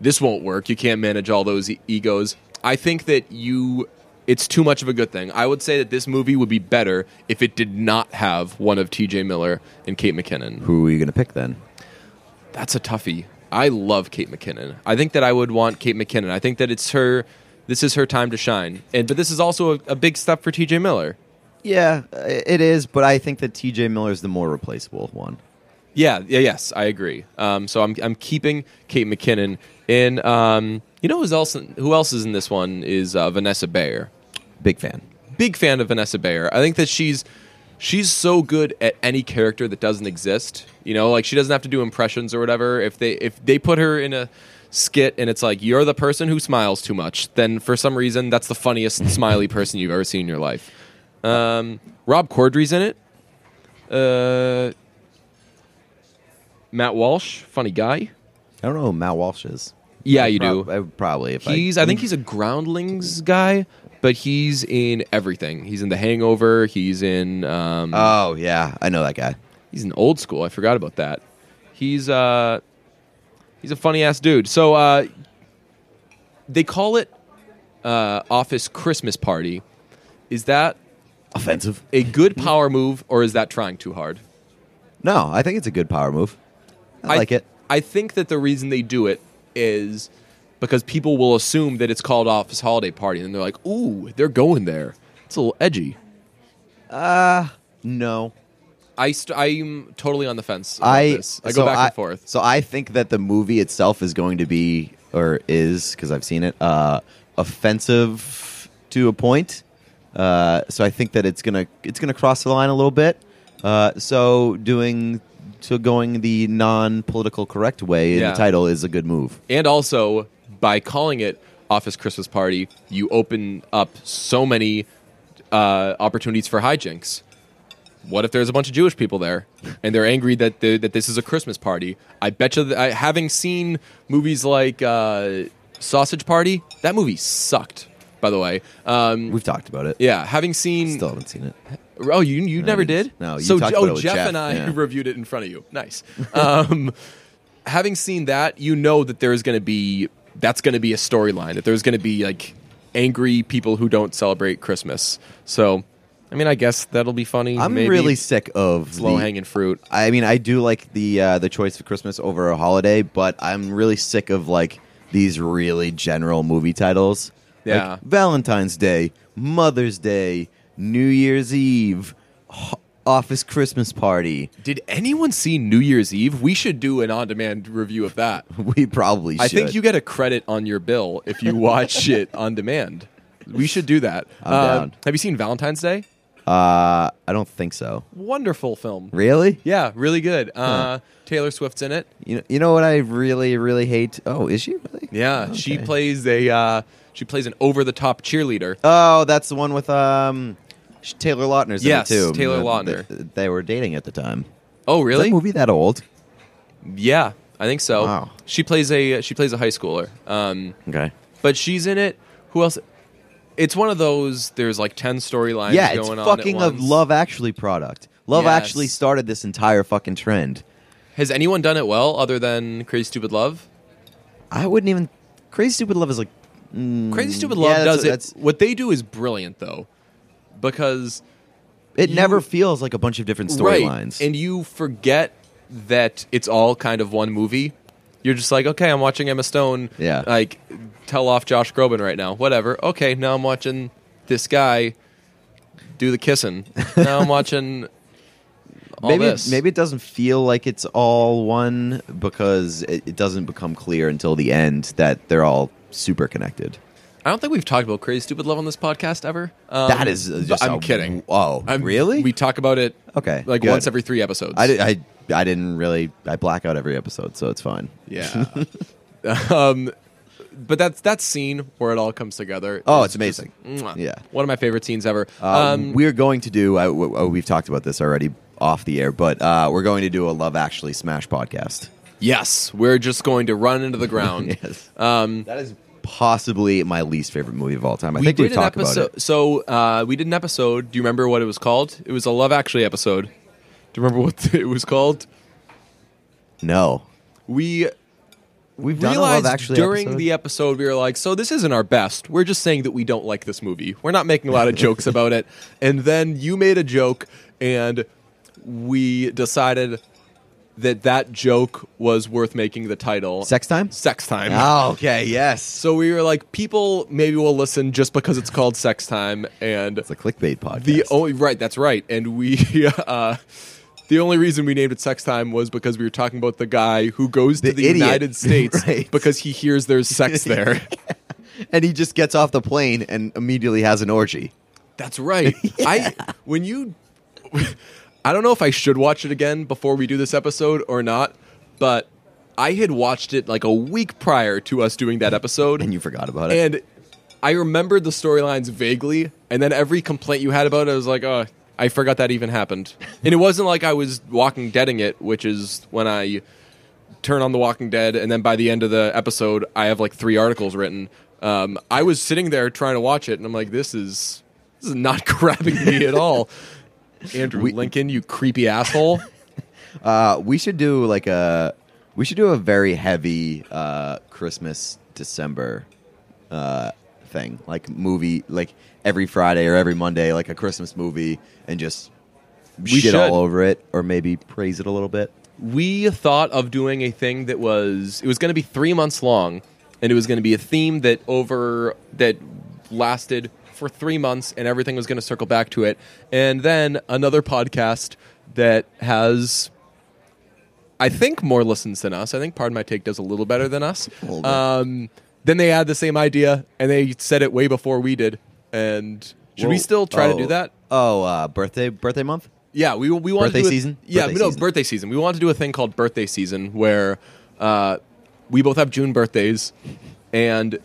[SPEAKER 1] "This won't work. You can't manage all those e- egos." I think that you, it's too much of a good thing. I would say that this movie would be better if it did not have one of T.J. Miller and Kate McKinnon.
[SPEAKER 2] Who are you going to pick then?
[SPEAKER 1] That's a toughie. I love Kate McKinnon. I think that I would want Kate McKinnon. I think that it's her. This is her time to shine. And but this is also a, a big step for T.J. Miller.
[SPEAKER 2] Yeah, i- it is, but I think that TJ Miller's the more replaceable one.
[SPEAKER 1] Yeah. Yeah. Yes, I agree. Um, so I'm I'm keeping Kate McKinnon in. Um, you know who's else? Who else is in this one? Is uh, Vanessa Bayer.
[SPEAKER 2] Big fan.
[SPEAKER 1] Big fan of Vanessa Bayer. I think that she's she's so good at any character that doesn't exist. You know, like she doesn't have to do impressions or whatever. If they if they put her in a skit and it's like you're the person who smiles too much, then for some reason that's the funniest smiley person you've ever seen in your life. Um, Rob Corddry's in it. Uh, Matt Walsh, funny guy.
[SPEAKER 2] I don't know who Matt Walsh is.
[SPEAKER 1] Yeah, you
[SPEAKER 2] Prob-
[SPEAKER 1] do.
[SPEAKER 2] I would probably. If
[SPEAKER 1] He's, I think he's a Groundlings guy, but he's in everything. He's in The Hangover. He's in, um,
[SPEAKER 2] Oh yeah, I know that guy.
[SPEAKER 1] he's in Old School. I forgot about that. He's, uh, he's a funny ass dude. So uh, they call it uh, Office Christmas Party. Is that
[SPEAKER 2] Offensive.
[SPEAKER 1] a
[SPEAKER 2] Hmm.
[SPEAKER 1] good power move, or is that trying too hard?
[SPEAKER 2] No, I think it's a good power move. I, like it.
[SPEAKER 1] I think that the reason they do it is because people will assume that it's called Office Holiday Party, and they're like, "Ooh, they're going there." It's a little edgy.
[SPEAKER 2] No,
[SPEAKER 1] I st- I'm totally on the fence. About
[SPEAKER 2] I.
[SPEAKER 1] this. I
[SPEAKER 2] so
[SPEAKER 1] go back
[SPEAKER 2] I-
[SPEAKER 1] and forth.
[SPEAKER 2] So I think that the movie itself is going to be or is because I've seen it uh, offensive to a point. Uh, so I think that it's gonna it's gonna cross the line a little bit. Uh, so doing so going the non political correct way in
[SPEAKER 1] Yeah.
[SPEAKER 2] the title is a good move.
[SPEAKER 1] And also, by calling it Office Christmas Party, you open up so many uh, opportunities for hijinks. What if there's a bunch of Jewish people there and they're angry that they, that this is a Christmas party? I bet you, that I, having seen movies like uh, Sausage Party, that movie sucked. By the way, um,
[SPEAKER 2] We've talked about it.
[SPEAKER 1] yeah, having seen
[SPEAKER 2] Still haven't seen it.
[SPEAKER 1] Oh, you you never
[SPEAKER 2] didn't.
[SPEAKER 1] did?
[SPEAKER 2] No, you
[SPEAKER 1] so
[SPEAKER 2] talked
[SPEAKER 1] J-
[SPEAKER 2] about
[SPEAKER 1] oh,
[SPEAKER 2] it with
[SPEAKER 1] Jeff,
[SPEAKER 2] Jeff,
[SPEAKER 1] and I
[SPEAKER 2] yeah.
[SPEAKER 1] reviewed it in front of you. Nice. Um, having seen that, you know that there is going to be that's going to be a storyline that there's going to be like angry people who don't celebrate Christmas. So, I mean, I guess that'll be funny.
[SPEAKER 2] I'm
[SPEAKER 1] Maybe
[SPEAKER 2] really sick of
[SPEAKER 1] it's low
[SPEAKER 2] the-
[SPEAKER 1] hanging fruit.
[SPEAKER 2] I mean, I do like the uh, the choice of Christmas over a holiday, but I'm really sick of like these really general movie titles. Like,
[SPEAKER 1] Yeah.
[SPEAKER 2] Valentine's Day, Mother's Day, New Year's Eve, ho- office Christmas party.
[SPEAKER 1] Did anyone see New Year's Eve? We should do an on-demand review of that.
[SPEAKER 2] We probably should.
[SPEAKER 1] I think you get a credit on your bill if you watch it on demand. We should do that. Uh,
[SPEAKER 2] I'm down.
[SPEAKER 1] Have you seen Valentine's Day?
[SPEAKER 2] Uh, I don't think so.
[SPEAKER 1] Wonderful film.
[SPEAKER 2] Really?
[SPEAKER 1] Yeah, really good. Uh, Taylor Swift's in it.
[SPEAKER 2] You know, you know what I really, really hate? Oh, is she really?
[SPEAKER 1] Yeah, she
[SPEAKER 2] Okay.
[SPEAKER 1] plays a uh, she plays an over-the-top cheerleader.
[SPEAKER 2] Oh, that's the one with um, sh- Taylor Lautner's
[SPEAKER 1] Yes,
[SPEAKER 2] in it too.
[SPEAKER 1] Taylor
[SPEAKER 2] Uh,
[SPEAKER 1] Lautner.
[SPEAKER 2] They, they were dating at the time.
[SPEAKER 1] Oh,
[SPEAKER 2] Is
[SPEAKER 1] really?
[SPEAKER 2] that movie that old?
[SPEAKER 1] Yeah, I think so.
[SPEAKER 2] Wow.
[SPEAKER 1] She plays a uh, she plays a high schooler. Um,
[SPEAKER 2] Okay.
[SPEAKER 1] but she's in it. Who else? It's one of those. There's like ten storylines.
[SPEAKER 2] yeah,
[SPEAKER 1] going
[SPEAKER 2] it's
[SPEAKER 1] on at
[SPEAKER 2] fucking a
[SPEAKER 1] once.
[SPEAKER 2] Love Actually product. Love
[SPEAKER 1] Yes.
[SPEAKER 2] Actually started this entire fucking trend.
[SPEAKER 1] Has anyone done it well other than Crazy Stupid Love?
[SPEAKER 2] I wouldn't even. Crazy Stupid Love is like. mm,
[SPEAKER 1] Crazy Stupid
[SPEAKER 2] yeah,
[SPEAKER 1] Love
[SPEAKER 2] that's
[SPEAKER 1] does
[SPEAKER 2] what-
[SPEAKER 1] it.
[SPEAKER 2] that's-
[SPEAKER 1] What they do is brilliant though, because
[SPEAKER 2] It
[SPEAKER 1] You-
[SPEAKER 2] never feels like a bunch of different storylines.
[SPEAKER 1] and you forget that it's all kind of one movie. You're just like, okay, I'm watching Emma Stone.
[SPEAKER 2] Yeah.
[SPEAKER 1] like tell off Josh Groban right now. Whatever. Okay, now I'm watching this guy do the kissing. Now I'm watching. All
[SPEAKER 2] maybe
[SPEAKER 1] this.
[SPEAKER 2] maybe it doesn't feel like it's all one because it, it doesn't become clear until the end that they're all super connected.
[SPEAKER 1] I don't think we've talked about Crazy Stupid Love on this podcast ever. Um,
[SPEAKER 2] that is uh,
[SPEAKER 1] but
[SPEAKER 2] just.
[SPEAKER 1] I'm
[SPEAKER 2] a-
[SPEAKER 1] kidding.
[SPEAKER 2] Oh,
[SPEAKER 1] I'm,
[SPEAKER 2] really?
[SPEAKER 1] We talk about it
[SPEAKER 2] okay.
[SPEAKER 1] like
[SPEAKER 2] good.
[SPEAKER 1] once every three episodes.
[SPEAKER 2] I, di- I I didn't really. I black out every episode, so it's fine.
[SPEAKER 1] yeah. um, but that's that scene where it all comes together.
[SPEAKER 2] Oh,
[SPEAKER 1] is
[SPEAKER 2] it's amazing.
[SPEAKER 1] just- mwah.
[SPEAKER 2] Yeah.
[SPEAKER 1] one of my favorite scenes ever.
[SPEAKER 2] Uh,
[SPEAKER 1] um,
[SPEAKER 2] we're going to do. I, w- oh, we've talked about this already off the air, but uh, we're going to do a Love Actually Smash podcast.
[SPEAKER 1] yes, we're just going to run into the ground.
[SPEAKER 2] yes,
[SPEAKER 1] Um,
[SPEAKER 2] that is possibly my least favorite movie of all time. I
[SPEAKER 1] we
[SPEAKER 2] think
[SPEAKER 1] did
[SPEAKER 2] we've
[SPEAKER 1] an
[SPEAKER 2] talked
[SPEAKER 1] episode.
[SPEAKER 2] about it.
[SPEAKER 1] So uh, we did an episode. Do you remember what it was called? It was a Love Actually episode. Do you remember what it was called?
[SPEAKER 2] No,
[SPEAKER 1] We
[SPEAKER 2] we've
[SPEAKER 1] realized during the episode we were like, so this isn't our best. We're just saying that we don't like this movie. We're not making a lot of jokes about it. And then you made a joke, and we decided that that joke was worth making the title
[SPEAKER 2] sex time.
[SPEAKER 1] Sex time.
[SPEAKER 2] Oh, okay. Yes.
[SPEAKER 1] So we were like, people maybe will listen just because it's called Sex Time, and
[SPEAKER 2] it's a clickbait podcast.
[SPEAKER 1] the only right, that's right, and we. Uh, the only reason we named it Sex Time was because we were talking about the guy who goes
[SPEAKER 2] The
[SPEAKER 1] to the
[SPEAKER 2] idiot.
[SPEAKER 1] United States
[SPEAKER 2] Right.
[SPEAKER 1] because he hears there's sex there.
[SPEAKER 2] and he just gets off the plane and immediately has an orgy.
[SPEAKER 1] That's right. I when you I don't know if I should watch it again before we do this episode or not, but I had watched it like a week prior to us doing that episode
[SPEAKER 2] And you forgot about it.
[SPEAKER 1] and I remembered the storylines vaguely, and then every complaint you had about it, I was like, oh, I forgot that even happened. and it wasn't like I was Walking Deading it, which is when I turn on The Walking Dead, and then by the end of the episode, I have like three articles written. Um, I was sitting there trying to watch it, and I'm like, this is this is not grabbing me at all. Andrew Lincoln, you creepy asshole.
[SPEAKER 2] Uh, we should do like a we should do a very heavy uh, Christmas December uh, thing, like movie, like every Friday or every Monday, like a Christmas movie, and just shit
[SPEAKER 1] should.
[SPEAKER 2] all over it, or maybe praise it a little bit.
[SPEAKER 1] we thought of doing a thing that was it was going to be three months long and it was going to be a theme that over that lasted for three months and everything was going to circle back to it and then another podcast that has i think more listens than us i think pardon my take does a little better than us
[SPEAKER 2] little bit.
[SPEAKER 1] um, then they had the same idea and they said it way before we did and should we
[SPEAKER 2] Well,
[SPEAKER 1] still try to do
[SPEAKER 2] oh,
[SPEAKER 1] that
[SPEAKER 2] Oh, uh, birthday birthday month.
[SPEAKER 1] yeah, we we want
[SPEAKER 2] Birthday
[SPEAKER 1] to do a-
[SPEAKER 2] season?
[SPEAKER 1] Yeah,
[SPEAKER 2] Birthday
[SPEAKER 1] no
[SPEAKER 2] season.
[SPEAKER 1] birthday season. We want to do a thing called birthday season where uh, we both have June birthdays, and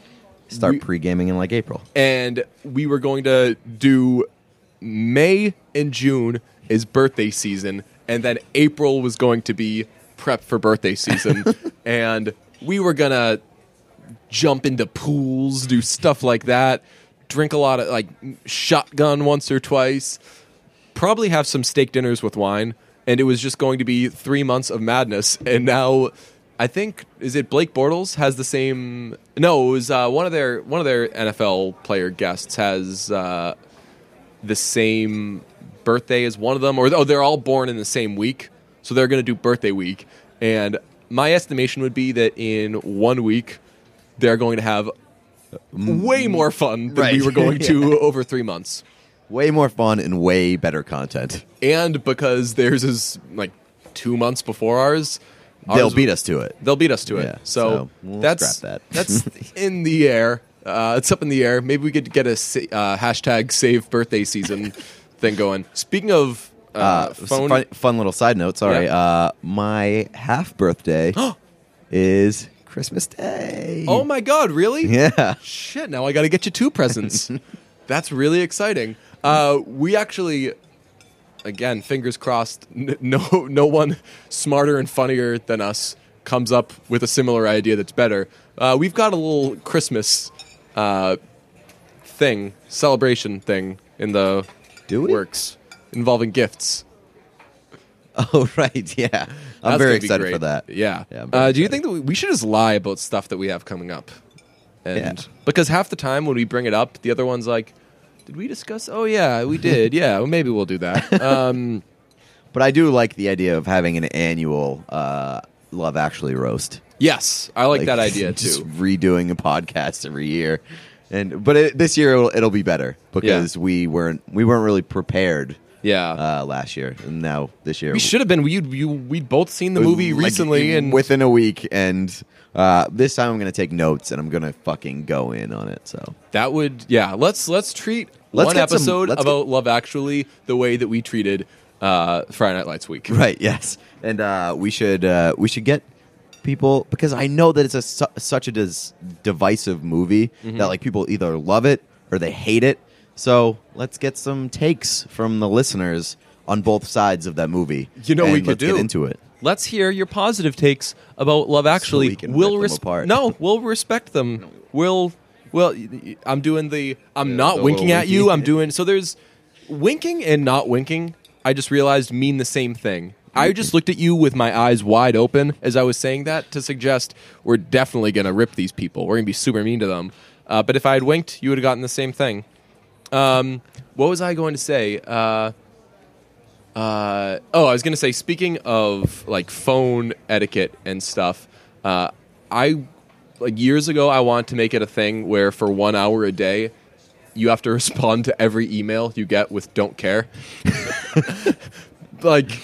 [SPEAKER 2] Start
[SPEAKER 1] we-
[SPEAKER 2] pre gaming in like April.
[SPEAKER 1] and we were going to do May and June is birthday season, and then April was going to be prep for birthday season, and we were gonna jump into pools, do stuff like that, drink a lot of like shotgun once or twice, probably have some steak dinners with wine, and it was just going to be three months of madness. And now, I think is it Blake Bortles has the same? No, it was uh, one of their one of their NFL player guests has uh, the same birthday as one of them, or oh, they're all born in the same week, so they're going to do birthday week. And my estimation would be that in one week, they're going to have way more fun than we
[SPEAKER 2] Right.
[SPEAKER 1] were going to over three months.
[SPEAKER 2] Way more fun and way better content.
[SPEAKER 1] and because theirs is like two months before ours,
[SPEAKER 2] They'll
[SPEAKER 1] ours-
[SPEAKER 2] beat us to it.
[SPEAKER 1] They'll beat us to it.
[SPEAKER 2] Yeah,
[SPEAKER 1] so
[SPEAKER 2] so we'll
[SPEAKER 1] that's
[SPEAKER 2] scrap that.
[SPEAKER 1] that's in the air. Uh, it's up in the air. Maybe we could get a sa- uh, hashtag save birthday season thing going. Speaking of uh,
[SPEAKER 2] Uh,
[SPEAKER 1] phone,
[SPEAKER 2] fun, fun little side note. Sorry.
[SPEAKER 1] Yeah.
[SPEAKER 2] Uh, my half birthday is Christmas Day.
[SPEAKER 1] oh my god, really?
[SPEAKER 2] yeah.
[SPEAKER 1] Shit! Now I got to get you two presents. that's really exciting. Uh, we actually. Again, fingers crossed. N- no, no one smarter and funnier than us comes up with a similar idea that's better. Uh, we've got a little Christmas uh, thing, celebration thing in the
[SPEAKER 2] Do we?
[SPEAKER 1] works involving gifts.
[SPEAKER 2] Oh right. Yeah. I'm
[SPEAKER 1] That's gonna
[SPEAKER 2] very
[SPEAKER 1] be
[SPEAKER 2] excited
[SPEAKER 1] great.
[SPEAKER 2] for that.
[SPEAKER 1] Yeah.
[SPEAKER 2] Yeah, I'm very
[SPEAKER 1] uh, do you think
[SPEAKER 2] excited.
[SPEAKER 1] that we, we should just lie about stuff that we have coming up? And
[SPEAKER 2] Yeah.
[SPEAKER 1] because half the time when we bring it up, the other one's like, "Did we discuss? Oh yeah, we did. yeah, well, maybe we'll do that." Um,
[SPEAKER 2] But I do like the idea of having an annual uh, Love Actually roast.
[SPEAKER 1] yes, I like, that idea
[SPEAKER 2] just
[SPEAKER 1] too.
[SPEAKER 2] Redoing a podcast every year, and but it, this year it'll, it'll be better because we weren't we weren't really prepared
[SPEAKER 1] Yeah,
[SPEAKER 2] uh, last year, and now this year
[SPEAKER 1] we should have been. We you, we'd both seen the movie
[SPEAKER 2] Uh, like,
[SPEAKER 1] recently, and
[SPEAKER 2] within a week. And uh, this time I'm going to take notes and I'm going to fucking go in on it. So
[SPEAKER 1] that would yeah. Let's let's treat
[SPEAKER 2] Let's
[SPEAKER 1] one
[SPEAKER 2] get some-
[SPEAKER 1] episode
[SPEAKER 2] let's
[SPEAKER 1] about Love Actually the way that we treated uh, Friday Night Lights week.
[SPEAKER 2] right, yes, and uh, we should uh, we should get people because I know that it's a su- such a dis- divisive movie
[SPEAKER 1] Mm-hmm.
[SPEAKER 2] that like people either love it or they hate it. So let's get some takes from the listeners on both sides of that movie.
[SPEAKER 1] You know, we
[SPEAKER 2] and
[SPEAKER 1] could
[SPEAKER 2] let's
[SPEAKER 1] do.
[SPEAKER 2] get into it.
[SPEAKER 1] Let's hear your positive takes about Love Actually.
[SPEAKER 2] we can
[SPEAKER 1] we'll
[SPEAKER 2] rip them
[SPEAKER 1] res-
[SPEAKER 2] apart.
[SPEAKER 1] No, we'll respect them. We'll well. y- y- I'm doing the. I'm not
[SPEAKER 2] the
[SPEAKER 1] winking
[SPEAKER 2] little
[SPEAKER 1] at you.
[SPEAKER 2] winky.
[SPEAKER 1] I'm doing so. There's winking and not winking. I just realized mean the same thing.
[SPEAKER 2] Mm-hmm.
[SPEAKER 1] I just looked at you with my eyes wide open as I was saying that to suggest we're definitely gonna rip these people. We're gonna be super mean to them. Uh, but if I had winked, you would have gotten the same thing. Um, what was I going to say? Uh, uh, oh, I was going to say, speaking of like phone etiquette and stuff, uh, I like years ago I wanted to make it a thing where for one hour a day you have to respond to every email you get with "don't care," like.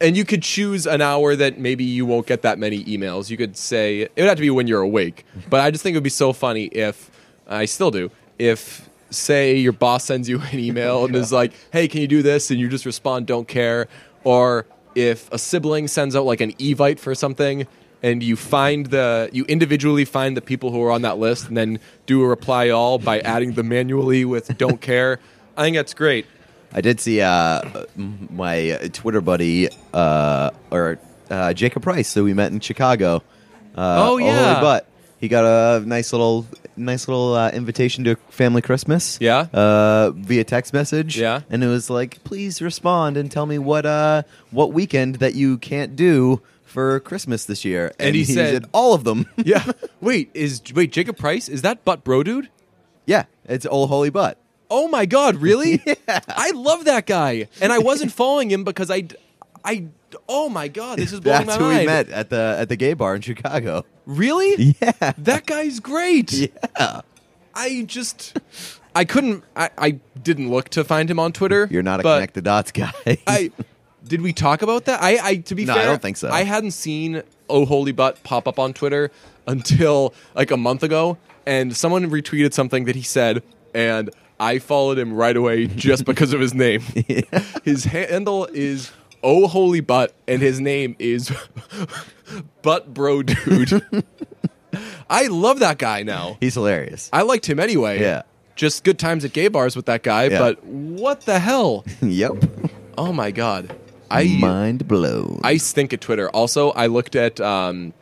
[SPEAKER 1] And you could choose an hour that maybe you won't get that many emails. You could say it would have to be when you're awake, but I just think it would be so funny if I still do. If say your boss sends you an email and is like, "Hey, can you do this?" and you just respond, "Don't care," or if a sibling sends out like an evite for something and you find the you individually find the people who are on that list and then do a reply all by adding them manually with "Don't care." I think that's great.
[SPEAKER 2] I did see uh, m- my uh, Twitter buddy uh, or uh, Jacob Price that we met in Chicago. Uh,
[SPEAKER 1] Oh, yeah.
[SPEAKER 2] Holy butt. He got a nice little, nice little uh, invitation to family Christmas.
[SPEAKER 1] Yeah.
[SPEAKER 2] Uh, via text message.
[SPEAKER 1] Yeah.
[SPEAKER 2] And it was like, please respond and tell me what uh what weekend that you can't do for Christmas this year.
[SPEAKER 1] And he said-
[SPEAKER 2] all of them.
[SPEAKER 1] Yeah. wait, is wait Jacob Price? Is that Butt Bro dude?
[SPEAKER 2] yeah. It's old holy butt.
[SPEAKER 1] Oh my god, really? I love that guy, and I wasn't following him because I, I. Oh my god, this is blowing
[SPEAKER 2] That's
[SPEAKER 1] my
[SPEAKER 2] who
[SPEAKER 1] mind.
[SPEAKER 2] we met at the at the gay bar in Chicago.
[SPEAKER 1] Really?
[SPEAKER 2] Yeah.
[SPEAKER 1] That guy's great.
[SPEAKER 2] Yeah.
[SPEAKER 1] I just, I couldn't. I, I didn't look to find him on Twitter.
[SPEAKER 2] You're not a
[SPEAKER 1] but
[SPEAKER 2] connect the dots guy.
[SPEAKER 1] I did we talk about that? I, I to be
[SPEAKER 2] No, I
[SPEAKER 1] fair,
[SPEAKER 2] don't think so.
[SPEAKER 1] I hadn't seen Oh Holy Butt pop up on Twitter until like a month ago, and someone retweeted something that he said, and I followed him right away just because of his name. His handle is Oh Holy Butt, and his name is Butt Bro Dude. I love that guy now.
[SPEAKER 2] He's hilarious.
[SPEAKER 1] I liked him anyway.
[SPEAKER 2] Yeah.
[SPEAKER 1] Just good times at gay bars with that guy,
[SPEAKER 2] Yeah.
[SPEAKER 1] but what the hell?
[SPEAKER 2] yep.
[SPEAKER 1] Oh my god. I uh,
[SPEAKER 2] Mind blown.
[SPEAKER 1] I stink at Twitter. Also, I looked at um,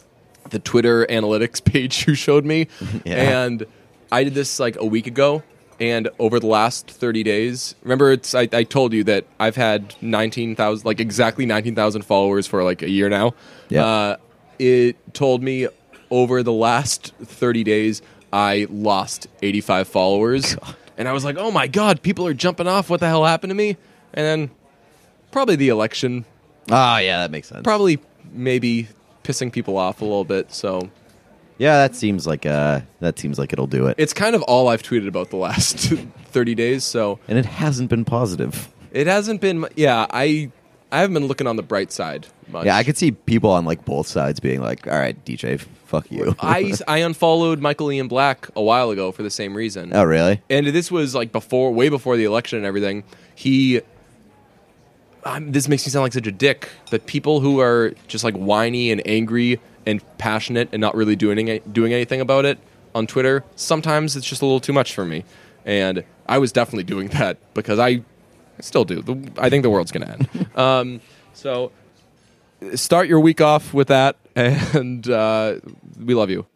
[SPEAKER 1] the Twitter analytics page you showed me,
[SPEAKER 2] Yeah.
[SPEAKER 1] and I did this like a week ago. And over the last thirty days, remember, it's I, I told you that I've had nineteen thousand, like exactly nineteen thousand followers for like a year now.
[SPEAKER 2] Yeah.
[SPEAKER 1] Uh, it told me over the last thirty days I lost eighty-five followers, and I was like, "Oh my god, people are jumping off! What the hell happened to me?" And then probably the election
[SPEAKER 2] Ah, yeah, that makes sense.
[SPEAKER 1] probably maybe pissing people off a little bit. So
[SPEAKER 2] Yeah, that seems like uh, that seems like it'll do it.
[SPEAKER 1] It's kind of all I've tweeted about the last 30 days, so
[SPEAKER 2] and it hasn't been positive.
[SPEAKER 1] it hasn't been. mu- Yeah, I I haven't been looking on the bright side much.
[SPEAKER 2] Yeah, I could see people on like both sides being like, "All right, DJ, fuck you."
[SPEAKER 1] I, I unfollowed Michael Ian Black a while ago for the same reason.
[SPEAKER 2] oh, really?
[SPEAKER 1] and this was like before, way before the election and everything. He, um, this makes me sound like such a dick, but people who are just like whiny and angry and passionate and not really doing any- doing anything about it on Twitter, sometimes it's just a little too much for me. And I was definitely doing that because I, I still do. The- I think the world's gonna end. um, so, start your week off with that, and uh, we love you.